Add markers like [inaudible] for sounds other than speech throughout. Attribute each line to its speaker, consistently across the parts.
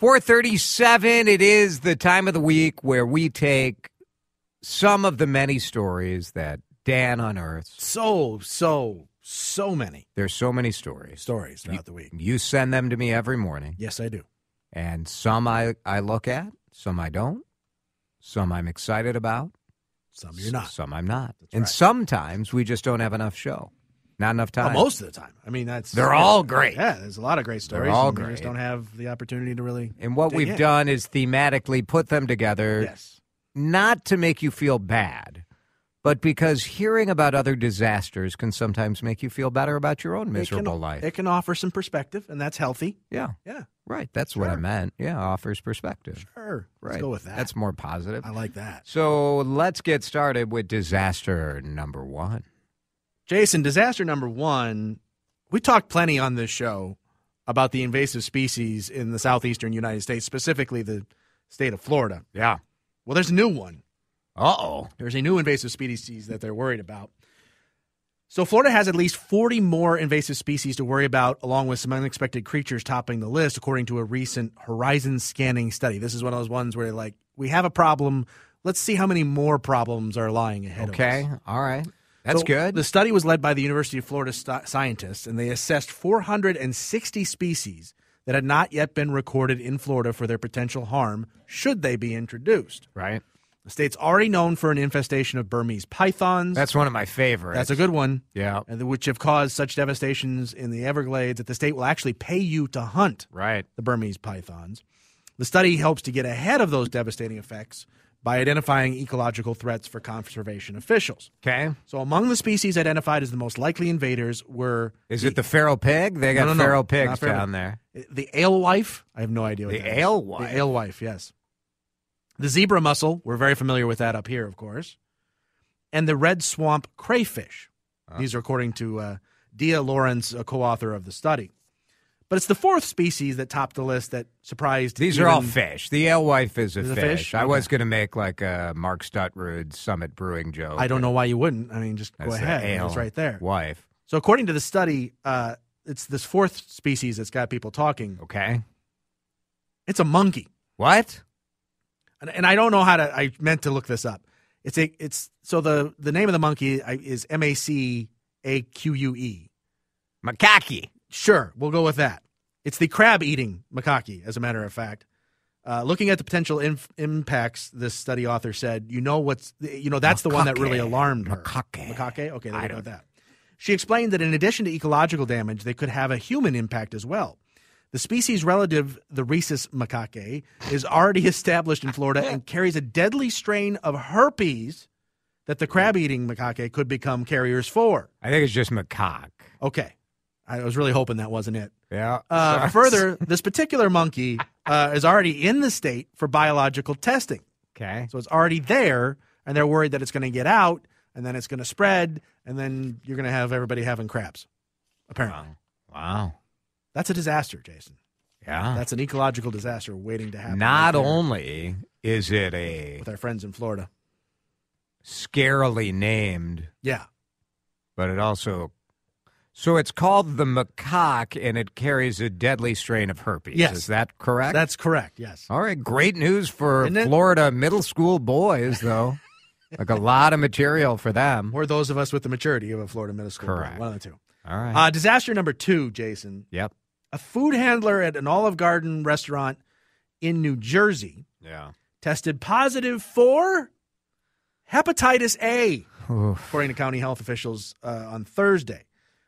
Speaker 1: 437 it is the time of the week where we take some of the many stories that dan unearths
Speaker 2: So, so, so many
Speaker 1: there's so many stories
Speaker 2: stories throughout the week.
Speaker 1: you send them to me every morning
Speaker 2: Yes, I do.
Speaker 1: and some i, I look at some i don't some i'm excited about
Speaker 2: Some you're not.
Speaker 1: some i'm not and
Speaker 2: right.
Speaker 1: sometimes we just don't have enough show not enough
Speaker 2: Well,
Speaker 1: time
Speaker 2: most of the time. I mean, that's
Speaker 1: They're all great.
Speaker 2: Yeah, there's a lot of great stories.
Speaker 1: all
Speaker 2: and we
Speaker 1: great.
Speaker 2: just don't have the opportunity to really.
Speaker 1: and what
Speaker 2: dig
Speaker 1: we've
Speaker 2: in.
Speaker 1: done is thematically put them together
Speaker 2: Yes.
Speaker 1: not to make you feel bad, but because hearing about other disasters can sometimes make you feel better about your own miserable
Speaker 2: it can,
Speaker 1: life.
Speaker 2: It can offer some perspective, and that's healthy.
Speaker 1: yeah,
Speaker 2: Yeah,
Speaker 1: right. That's what I
Speaker 2: Sure.
Speaker 1: meant. Yeah, offers perspective.
Speaker 2: sure.
Speaker 1: Right.
Speaker 2: Let's go with that.
Speaker 1: That's more positive.
Speaker 2: I like that.
Speaker 1: So let's get started with disaster number one.
Speaker 2: Jason, disaster number one. We talked plenty on this show about the invasive species in the southeastern United States, specifically the state of Florida.
Speaker 1: Yeah.
Speaker 2: Well, there's a new one.
Speaker 1: Uh oh.
Speaker 2: There's a new invasive species that they're worried about. So Florida has at least 40 more invasive species to worry about, along with some unexpected creatures topping the list, according to a recent horizon scanning study. This is one of those ones where, like, we have a problem. Let's see how many more problems are lying ahead of us.
Speaker 1: Okay. All right. That's
Speaker 2: So
Speaker 1: good.
Speaker 2: The study was led by the University of Florida st- scientists, and they assessed 460 species that had not yet been recorded in Florida for their potential harm should they be introduced.
Speaker 1: right.
Speaker 2: The state's already known for an infestation of Burmese pythons.
Speaker 1: That's one of my favorites.
Speaker 2: That's a good one,
Speaker 1: Yeah.
Speaker 2: and the- which have caused such devastations in the Everglades that the state will actually pay you to hunt
Speaker 1: Right.
Speaker 2: the Burmese pythons. The study helps to get ahead of those devastating effects by identifying ecological threats for conservation officials.
Speaker 1: Okay.
Speaker 2: So, among the species identified as the most likely invaders were
Speaker 1: Is it the feral pig? They got
Speaker 2: No, no, no.
Speaker 1: feral
Speaker 2: Not
Speaker 1: pigs
Speaker 2: feral. Uh,
Speaker 1: down there.
Speaker 2: the alewife. I have no idea what
Speaker 1: The
Speaker 2: that is.
Speaker 1: alewife?
Speaker 2: The alewife, yes. The zebra mussel. We're very familiar with that up here, of course. And the red swamp crayfish.
Speaker 1: Ah.
Speaker 2: These are according to uh, Dia Lawrence, a co-author of the study. But it's the fourth species that topped the list that surprised.
Speaker 1: These are all
Speaker 2: even-
Speaker 1: fish. The alewife is a
Speaker 2: Is
Speaker 1: fish.
Speaker 2: a fish?
Speaker 1: I
Speaker 2: Okay.
Speaker 1: was going to make like a Mark Stutrud Summit Brewing joke.
Speaker 2: I don't know why you wouldn't. I mean, just go
Speaker 1: That's the
Speaker 2: ahead.
Speaker 1: ale
Speaker 2: It's right there.
Speaker 1: Wife.
Speaker 2: So according to the study, uh, it's this fourth species that's got people talking.
Speaker 1: Okay.
Speaker 2: It's a monkey.
Speaker 1: What?
Speaker 2: and, and I don't know how to. I meant to look this up. It's a. It's so the the name of the monkey I- is M A C A Q U E.
Speaker 1: Macaque.
Speaker 2: Sure, we'll go with that. It's the crab eating macaque, as a matter of fact. Uh, looking at the potential inf- impacts, this study author said, "You know what's, you know that's the one that really
Speaker 1: Macaque.
Speaker 2: alarmed her.
Speaker 1: Macaque.
Speaker 2: macaque. Okay,
Speaker 1: Eh, I
Speaker 2: there we go
Speaker 1: don't-
Speaker 2: with that." She explained that in addition to ecological damage, they could have a human impact as well. The species relative, the rhesus macaque, is already [laughs] established in Florida and carries a deadly strain of herpes that the crab-eating macaque could become carriers for.
Speaker 1: I think it's just macaque.
Speaker 2: Okay, I was really hoping that wasn't it.
Speaker 1: Yeah.
Speaker 2: Uh,
Speaker 1: Sucks.
Speaker 2: further, this particular monkey uh, is already in the state for biological testing.
Speaker 1: Okay.
Speaker 2: So it's already there, and they're worried that it's going to get out, and then it's going to spread, and then you're going to have everybody having crabs. Apparently.
Speaker 1: Wow. Wow.
Speaker 2: That's a disaster, Jason.
Speaker 1: Yeah.
Speaker 2: That's an ecological disaster waiting to happen.
Speaker 1: Not
Speaker 2: right there
Speaker 1: only is it a
Speaker 2: With our friends in Florida.
Speaker 1: scarily named,
Speaker 2: Yeah.
Speaker 1: but it also. So it's called the macaque and it carries a deadly strain of herpes.
Speaker 2: Yes.
Speaker 1: Is that correct?
Speaker 2: That's correct. Yes.
Speaker 1: All right, great news for
Speaker 2: Isn't it?
Speaker 1: Florida middle school boys,
Speaker 2: [laughs]
Speaker 1: though. like a lot of material for them.
Speaker 2: Or those of us with the maturity of a Florida middle school. boy,
Speaker 1: Correct. Uh-huh.
Speaker 2: One of the two.
Speaker 1: All right.
Speaker 2: Uh, disaster number two, Jason.
Speaker 1: yep.
Speaker 2: A food handler at an Olive Garden restaurant in New Jersey
Speaker 1: Yeah.
Speaker 2: tested positive for hepatitis A,
Speaker 1: Oof.
Speaker 2: according to county health officials uh, on Thursday.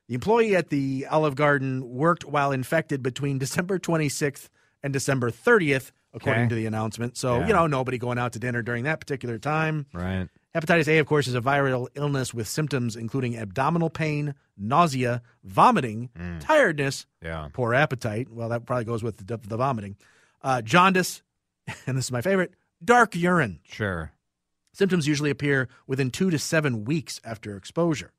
Speaker 2: The employee at the Olive Garden worked while infected between [laughs] December 26th and December 30th, according
Speaker 1: Okay.
Speaker 2: to the announcement. So,
Speaker 1: Yeah.
Speaker 2: you know, nobody going out to dinner during that particular time.
Speaker 1: Right.
Speaker 2: Hepatitis A, of course, is a viral illness with symptoms including abdominal pain, nausea, vomiting, tiredness,
Speaker 1: Yeah.
Speaker 2: poor appetite. Well, that probably goes with the, the vomiting. Uh, uh, jaundice, [laughs] and this is my favorite, dark urine.
Speaker 1: Sure.
Speaker 2: Symptoms usually appear within two to seven weeks after exposure.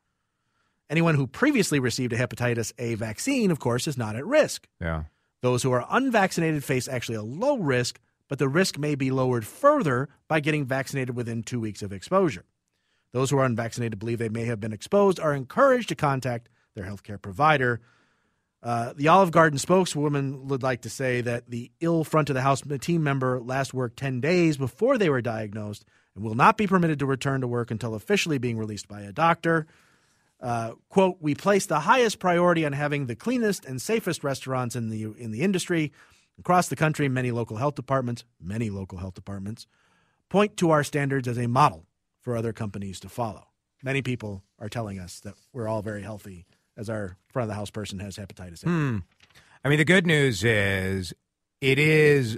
Speaker 2: Anyone who previously received a hepatitis A vaccine, of course, is not at risk.
Speaker 1: Yeah.
Speaker 2: Those who are unvaccinated face actually a low risk, but the risk may be lowered further by getting vaccinated within two weeks of exposure. Those who are unvaccinated believe they may have been exposed are encouraged to contact their healthcare provider. Uh, the Olive Garden spokeswoman would like to say that the ill front of the house team member last worked 10 days before they were diagnosed and will not be permitted to return to work until officially being released by a doctor. Uh, quote, we place the highest priority on having the cleanest and safest restaurants in the in the industry. Across the country, many local health departments, many local health departments point to our standards as a model for other companies to follow. Many people are telling us that we're all very healthy as our front of the house person has hepatitis A.
Speaker 1: I mean, the good news is it is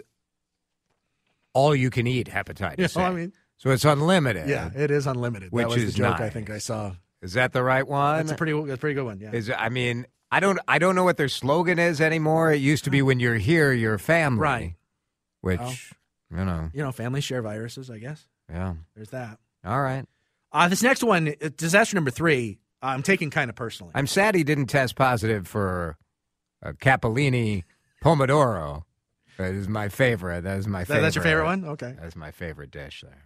Speaker 1: all you can eat hepatitis.
Speaker 2: You know
Speaker 1: A.
Speaker 2: what I mean?
Speaker 1: so it's unlimited.
Speaker 2: Yeah, it is unlimited.
Speaker 1: Which
Speaker 2: that was
Speaker 1: is
Speaker 2: the joke I
Speaker 1: nice.
Speaker 2: think I saw.
Speaker 1: Is that the right one?
Speaker 2: That's a pretty that's a pretty good one. Yeah.
Speaker 1: is I mean, I don't I don't know what their slogan is anymore. It used to be when you're here, you're family.
Speaker 2: Right.
Speaker 1: Which
Speaker 2: Well.
Speaker 1: you know,
Speaker 2: You know, families share viruses, I guess.
Speaker 1: yeah.
Speaker 2: There's that.
Speaker 1: All right.
Speaker 2: Uh, this next one, uh, disaster number three, I'm taking kind of personally.
Speaker 1: I'm sad he didn't test positive for uh, Capellini Pomodoro. That is my favorite. That is my
Speaker 2: That-
Speaker 1: favorite.
Speaker 2: that's your favorite one? Okay.
Speaker 1: That's my favorite dish there.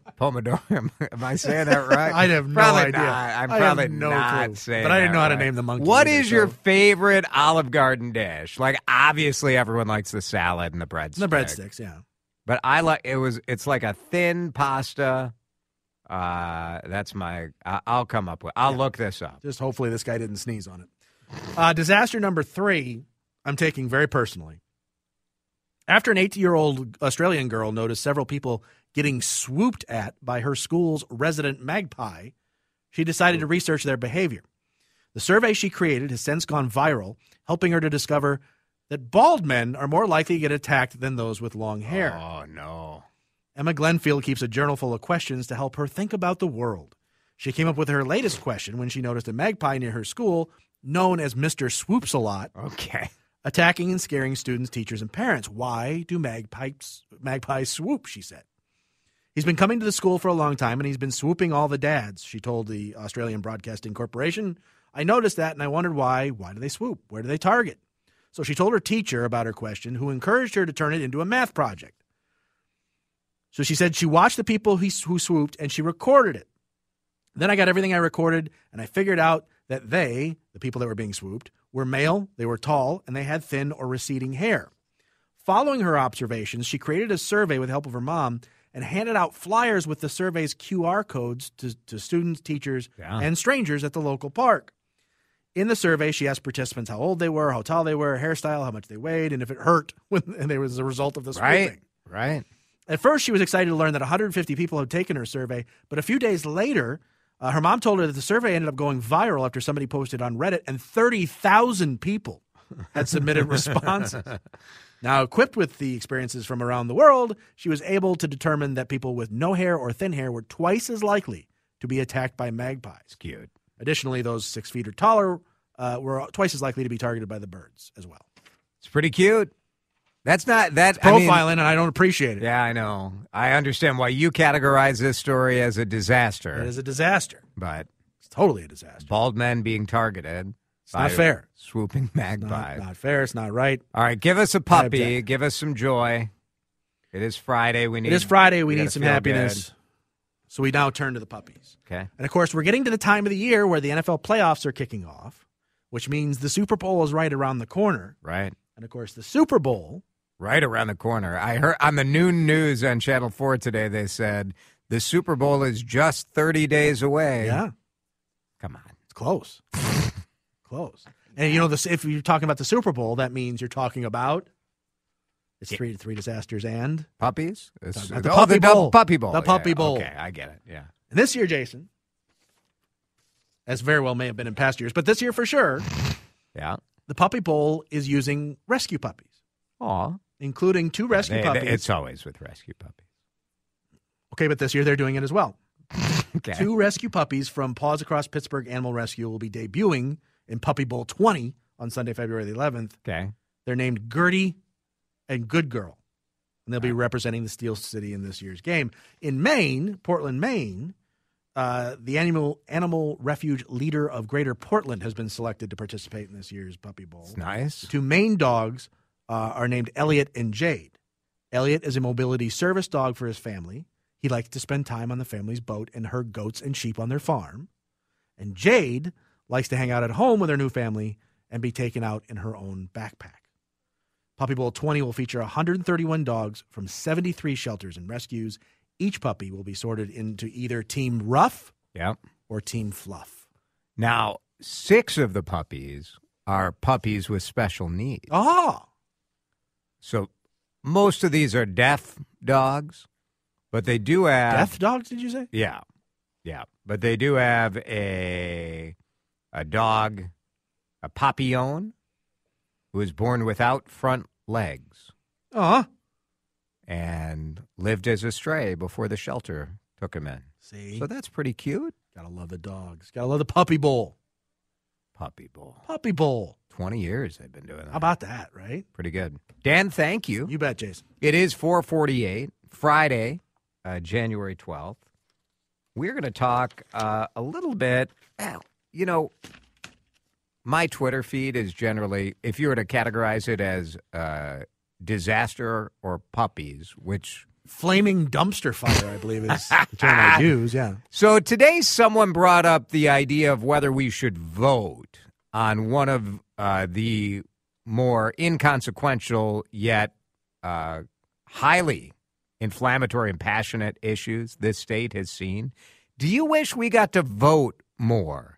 Speaker 1: Pomodoro. [laughs] Am, am I saying that right?
Speaker 2: [laughs] I have no
Speaker 1: probably
Speaker 2: idea.
Speaker 1: Not. I'm
Speaker 2: I have
Speaker 1: probably
Speaker 2: no
Speaker 1: not
Speaker 2: clue.
Speaker 1: saying.
Speaker 2: But I didn't
Speaker 1: that
Speaker 2: know how to
Speaker 1: right.
Speaker 2: name the monkey
Speaker 1: What
Speaker 2: either,
Speaker 1: is your
Speaker 2: so-
Speaker 1: favorite Olive Garden dish? Like, obviously, everyone likes the salad and the breadsticks.
Speaker 2: the breadsticks, yeah.
Speaker 1: But I like it was. It's like a thin pasta. Uh, that's my. I, I'll come up with. I'll look this up.
Speaker 2: Just hopefully this guy didn't sneeze on it. Uh, disaster number three, I'm taking very personally. After an 18 year old Australian girl noticed several people getting swooped at by her school's resident magpie, she decided to research their behavior. The survey she created has since gone viral, helping her to discover that bald men are more likely to get attacked than those with long hair.
Speaker 1: Oh no.
Speaker 2: Emma Glenfield keeps a journal full of questions to help her think about the world. She came up with her latest question when she noticed a magpie near her school, known as Mr. Swoops a lot,
Speaker 1: Okay.
Speaker 2: [laughs] attacking and scaring students, teachers, and parents. Why do magpies, magpies swoop? She said. He's been coming to the school for a long time and he's been swooping all the dads, she told the Australian Broadcasting Corporation. I noticed that and I wondered why. Why do they swoop? Where do they target? So she told her teacher about her question, who encouraged her to turn it into a math project. So she said she watched the people he, who swooped and she recorded it. Then I got everything I recorded and I figured out that they, the people that were being swooped, were male, they were tall, and they had thin or receding hair. Following her observations, she created a survey with the help of her mom and handed out flyers with the survey's QR codes to, to students, teachers,
Speaker 1: Yeah.
Speaker 2: and strangers at the local park. In the survey, she asked participants how old they were, how tall they were, hairstyle, how much they weighed, and if it hurt [laughs] when and there was a result of this
Speaker 1: Right.
Speaker 2: swooping.
Speaker 1: Right.
Speaker 2: At first, she was excited to learn that 150 people had taken her survey, but a few days later, uh, her mom told her that the survey ended up going viral after somebody posted on Reddit, and 30,000 people [laughs] had submitted responses. Now, equipped with the experiences from around the world, she was able to determine that people with no hair or thin hair were twice as likely to be attacked by magpies.
Speaker 1: Cute.
Speaker 2: Additionally, those six feet or taller uh, were twice as likely to be targeted by the birds as well.
Speaker 1: It's pretty cute. That's not that I mean-
Speaker 2: Profiling, and I don't appreciate it.
Speaker 1: yeah, I know. I understand why you categorize this story as a disaster,
Speaker 2: It is a disaster.
Speaker 1: but
Speaker 2: It's totally a disaster.
Speaker 1: bald men being targeted. It's
Speaker 2: not fair.
Speaker 1: Swooping [laughs]
Speaker 2: Not,
Speaker 1: magpies.
Speaker 2: not fair. It's not right.
Speaker 1: All right, give us a puppy.
Speaker 2: object.
Speaker 1: Give us some joy. It is Friday. We need.
Speaker 2: It is Friday. We
Speaker 1: gotta
Speaker 2: need some
Speaker 1: feel
Speaker 2: happiness. So we now turn to the puppies.
Speaker 1: good. Okay.
Speaker 2: And of course, we're getting to the time of the year where the NFL playoffs are kicking off, which means the Super Bowl is right around the corner.
Speaker 1: Right.
Speaker 2: And of course, the Super Bowl,
Speaker 1: Right around the corner. I heard on the noon news on Channel Four today. They said the Super Bowl is just thirty days away.
Speaker 2: yeah,
Speaker 1: Come on.
Speaker 2: it's close. close. And you know, this, if you're talking about the Super Bowl, that means you're talking about It's three to three disasters and
Speaker 1: Puppies? It's-
Speaker 2: about the
Speaker 1: oh,
Speaker 2: puppy
Speaker 1: the dou-
Speaker 2: bowl.
Speaker 1: puppy bowl.
Speaker 2: The
Speaker 1: yeah,
Speaker 2: puppy bowl.
Speaker 1: Okay, I get it. Yeah.
Speaker 2: And this year, Jason, as very well may have been in past years, but this year for sure,
Speaker 1: Yeah.
Speaker 2: the Puppy Bowl is using rescue puppies,
Speaker 1: Aw.
Speaker 2: including two rescue
Speaker 1: They- they-
Speaker 2: puppies.
Speaker 1: It's always with rescue puppies.
Speaker 2: okay, but this year they're doing it as well.
Speaker 1: Okay.
Speaker 2: [laughs] Two rescue puppies from Paws Across Pittsburgh Animal Rescue will be debuting in Puppy Bowl 20 on Sunday, February the 11th.
Speaker 1: Okay.
Speaker 2: They're named Gertie and Good Girl, and they'll be representing the Steel City in this year's game. In Maine, Portland, Maine, uh, the animal animal refuge leader of Greater Portland has been selected to participate in this year's Puppy Bowl.
Speaker 1: It's
Speaker 2: The
Speaker 1: nice.
Speaker 2: two Maine dogs uh, are named Elliot and Jade. Elliot is a mobility service dog for his family. He likes to spend time on the family's boat and herd goats and sheep on their farm. And Jade likes to hang out at home with her new family and be taken out in her own backpack. Puppy Bowl 20 will feature 131 dogs from 73 shelters and rescues. Each puppy will be sorted into either Team Rough
Speaker 1: Yep.
Speaker 2: or Team Fluff.
Speaker 1: Now, six of the puppies are puppies with special needs.
Speaker 2: Oh,
Speaker 1: So most of these are deaf dogs, but they do have
Speaker 2: death dogs, did you say?
Speaker 1: Yeah, yeah, but they do have a a dog, a papillon, who was born without front legs
Speaker 2: Uh-huh.
Speaker 1: and lived as a stray before the shelter took him in.
Speaker 2: See?
Speaker 1: So that's pretty cute.
Speaker 2: Gotta love the dogs. Gotta love the puppy bowl.
Speaker 1: Puppy bowl.
Speaker 2: Puppy bowl.
Speaker 1: Twenty years they've been doing that.
Speaker 2: How about that, right?
Speaker 1: pretty good? Dan, thank you.
Speaker 2: You bet, Jason.
Speaker 1: It is 448, Friday, uh, January 12th. We're going to talk uh, a little bit. ow, You know, my Twitter feed is generally, if you were to categorize it as uh, disaster or puppies, which.
Speaker 2: Flaming dumpster fire, I believe, is the term I use. Yeah.
Speaker 1: So today, someone brought up the idea of whether we should vote on one of uh, the more inconsequential yet uh, highly inflammatory and passionate issues this state has seen. Do you wish we got to vote more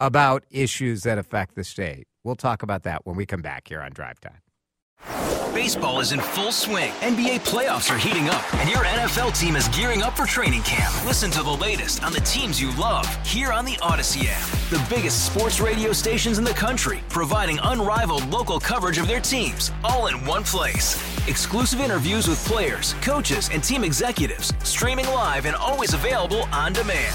Speaker 1: about issues that affect the state? We'll talk about that when we come back here on Drive Time.
Speaker 3: Baseball is in full swing. NBA playoffs are heating up, and your NFL team is gearing up for training camp. Listen to the latest on the teams you love here on the Odyssey app. The biggest sports radio stations in the country, providing unrivaled local coverage of their teams, all in one place. Exclusive interviews with players, coaches, and team executives, streaming live and always available on demand.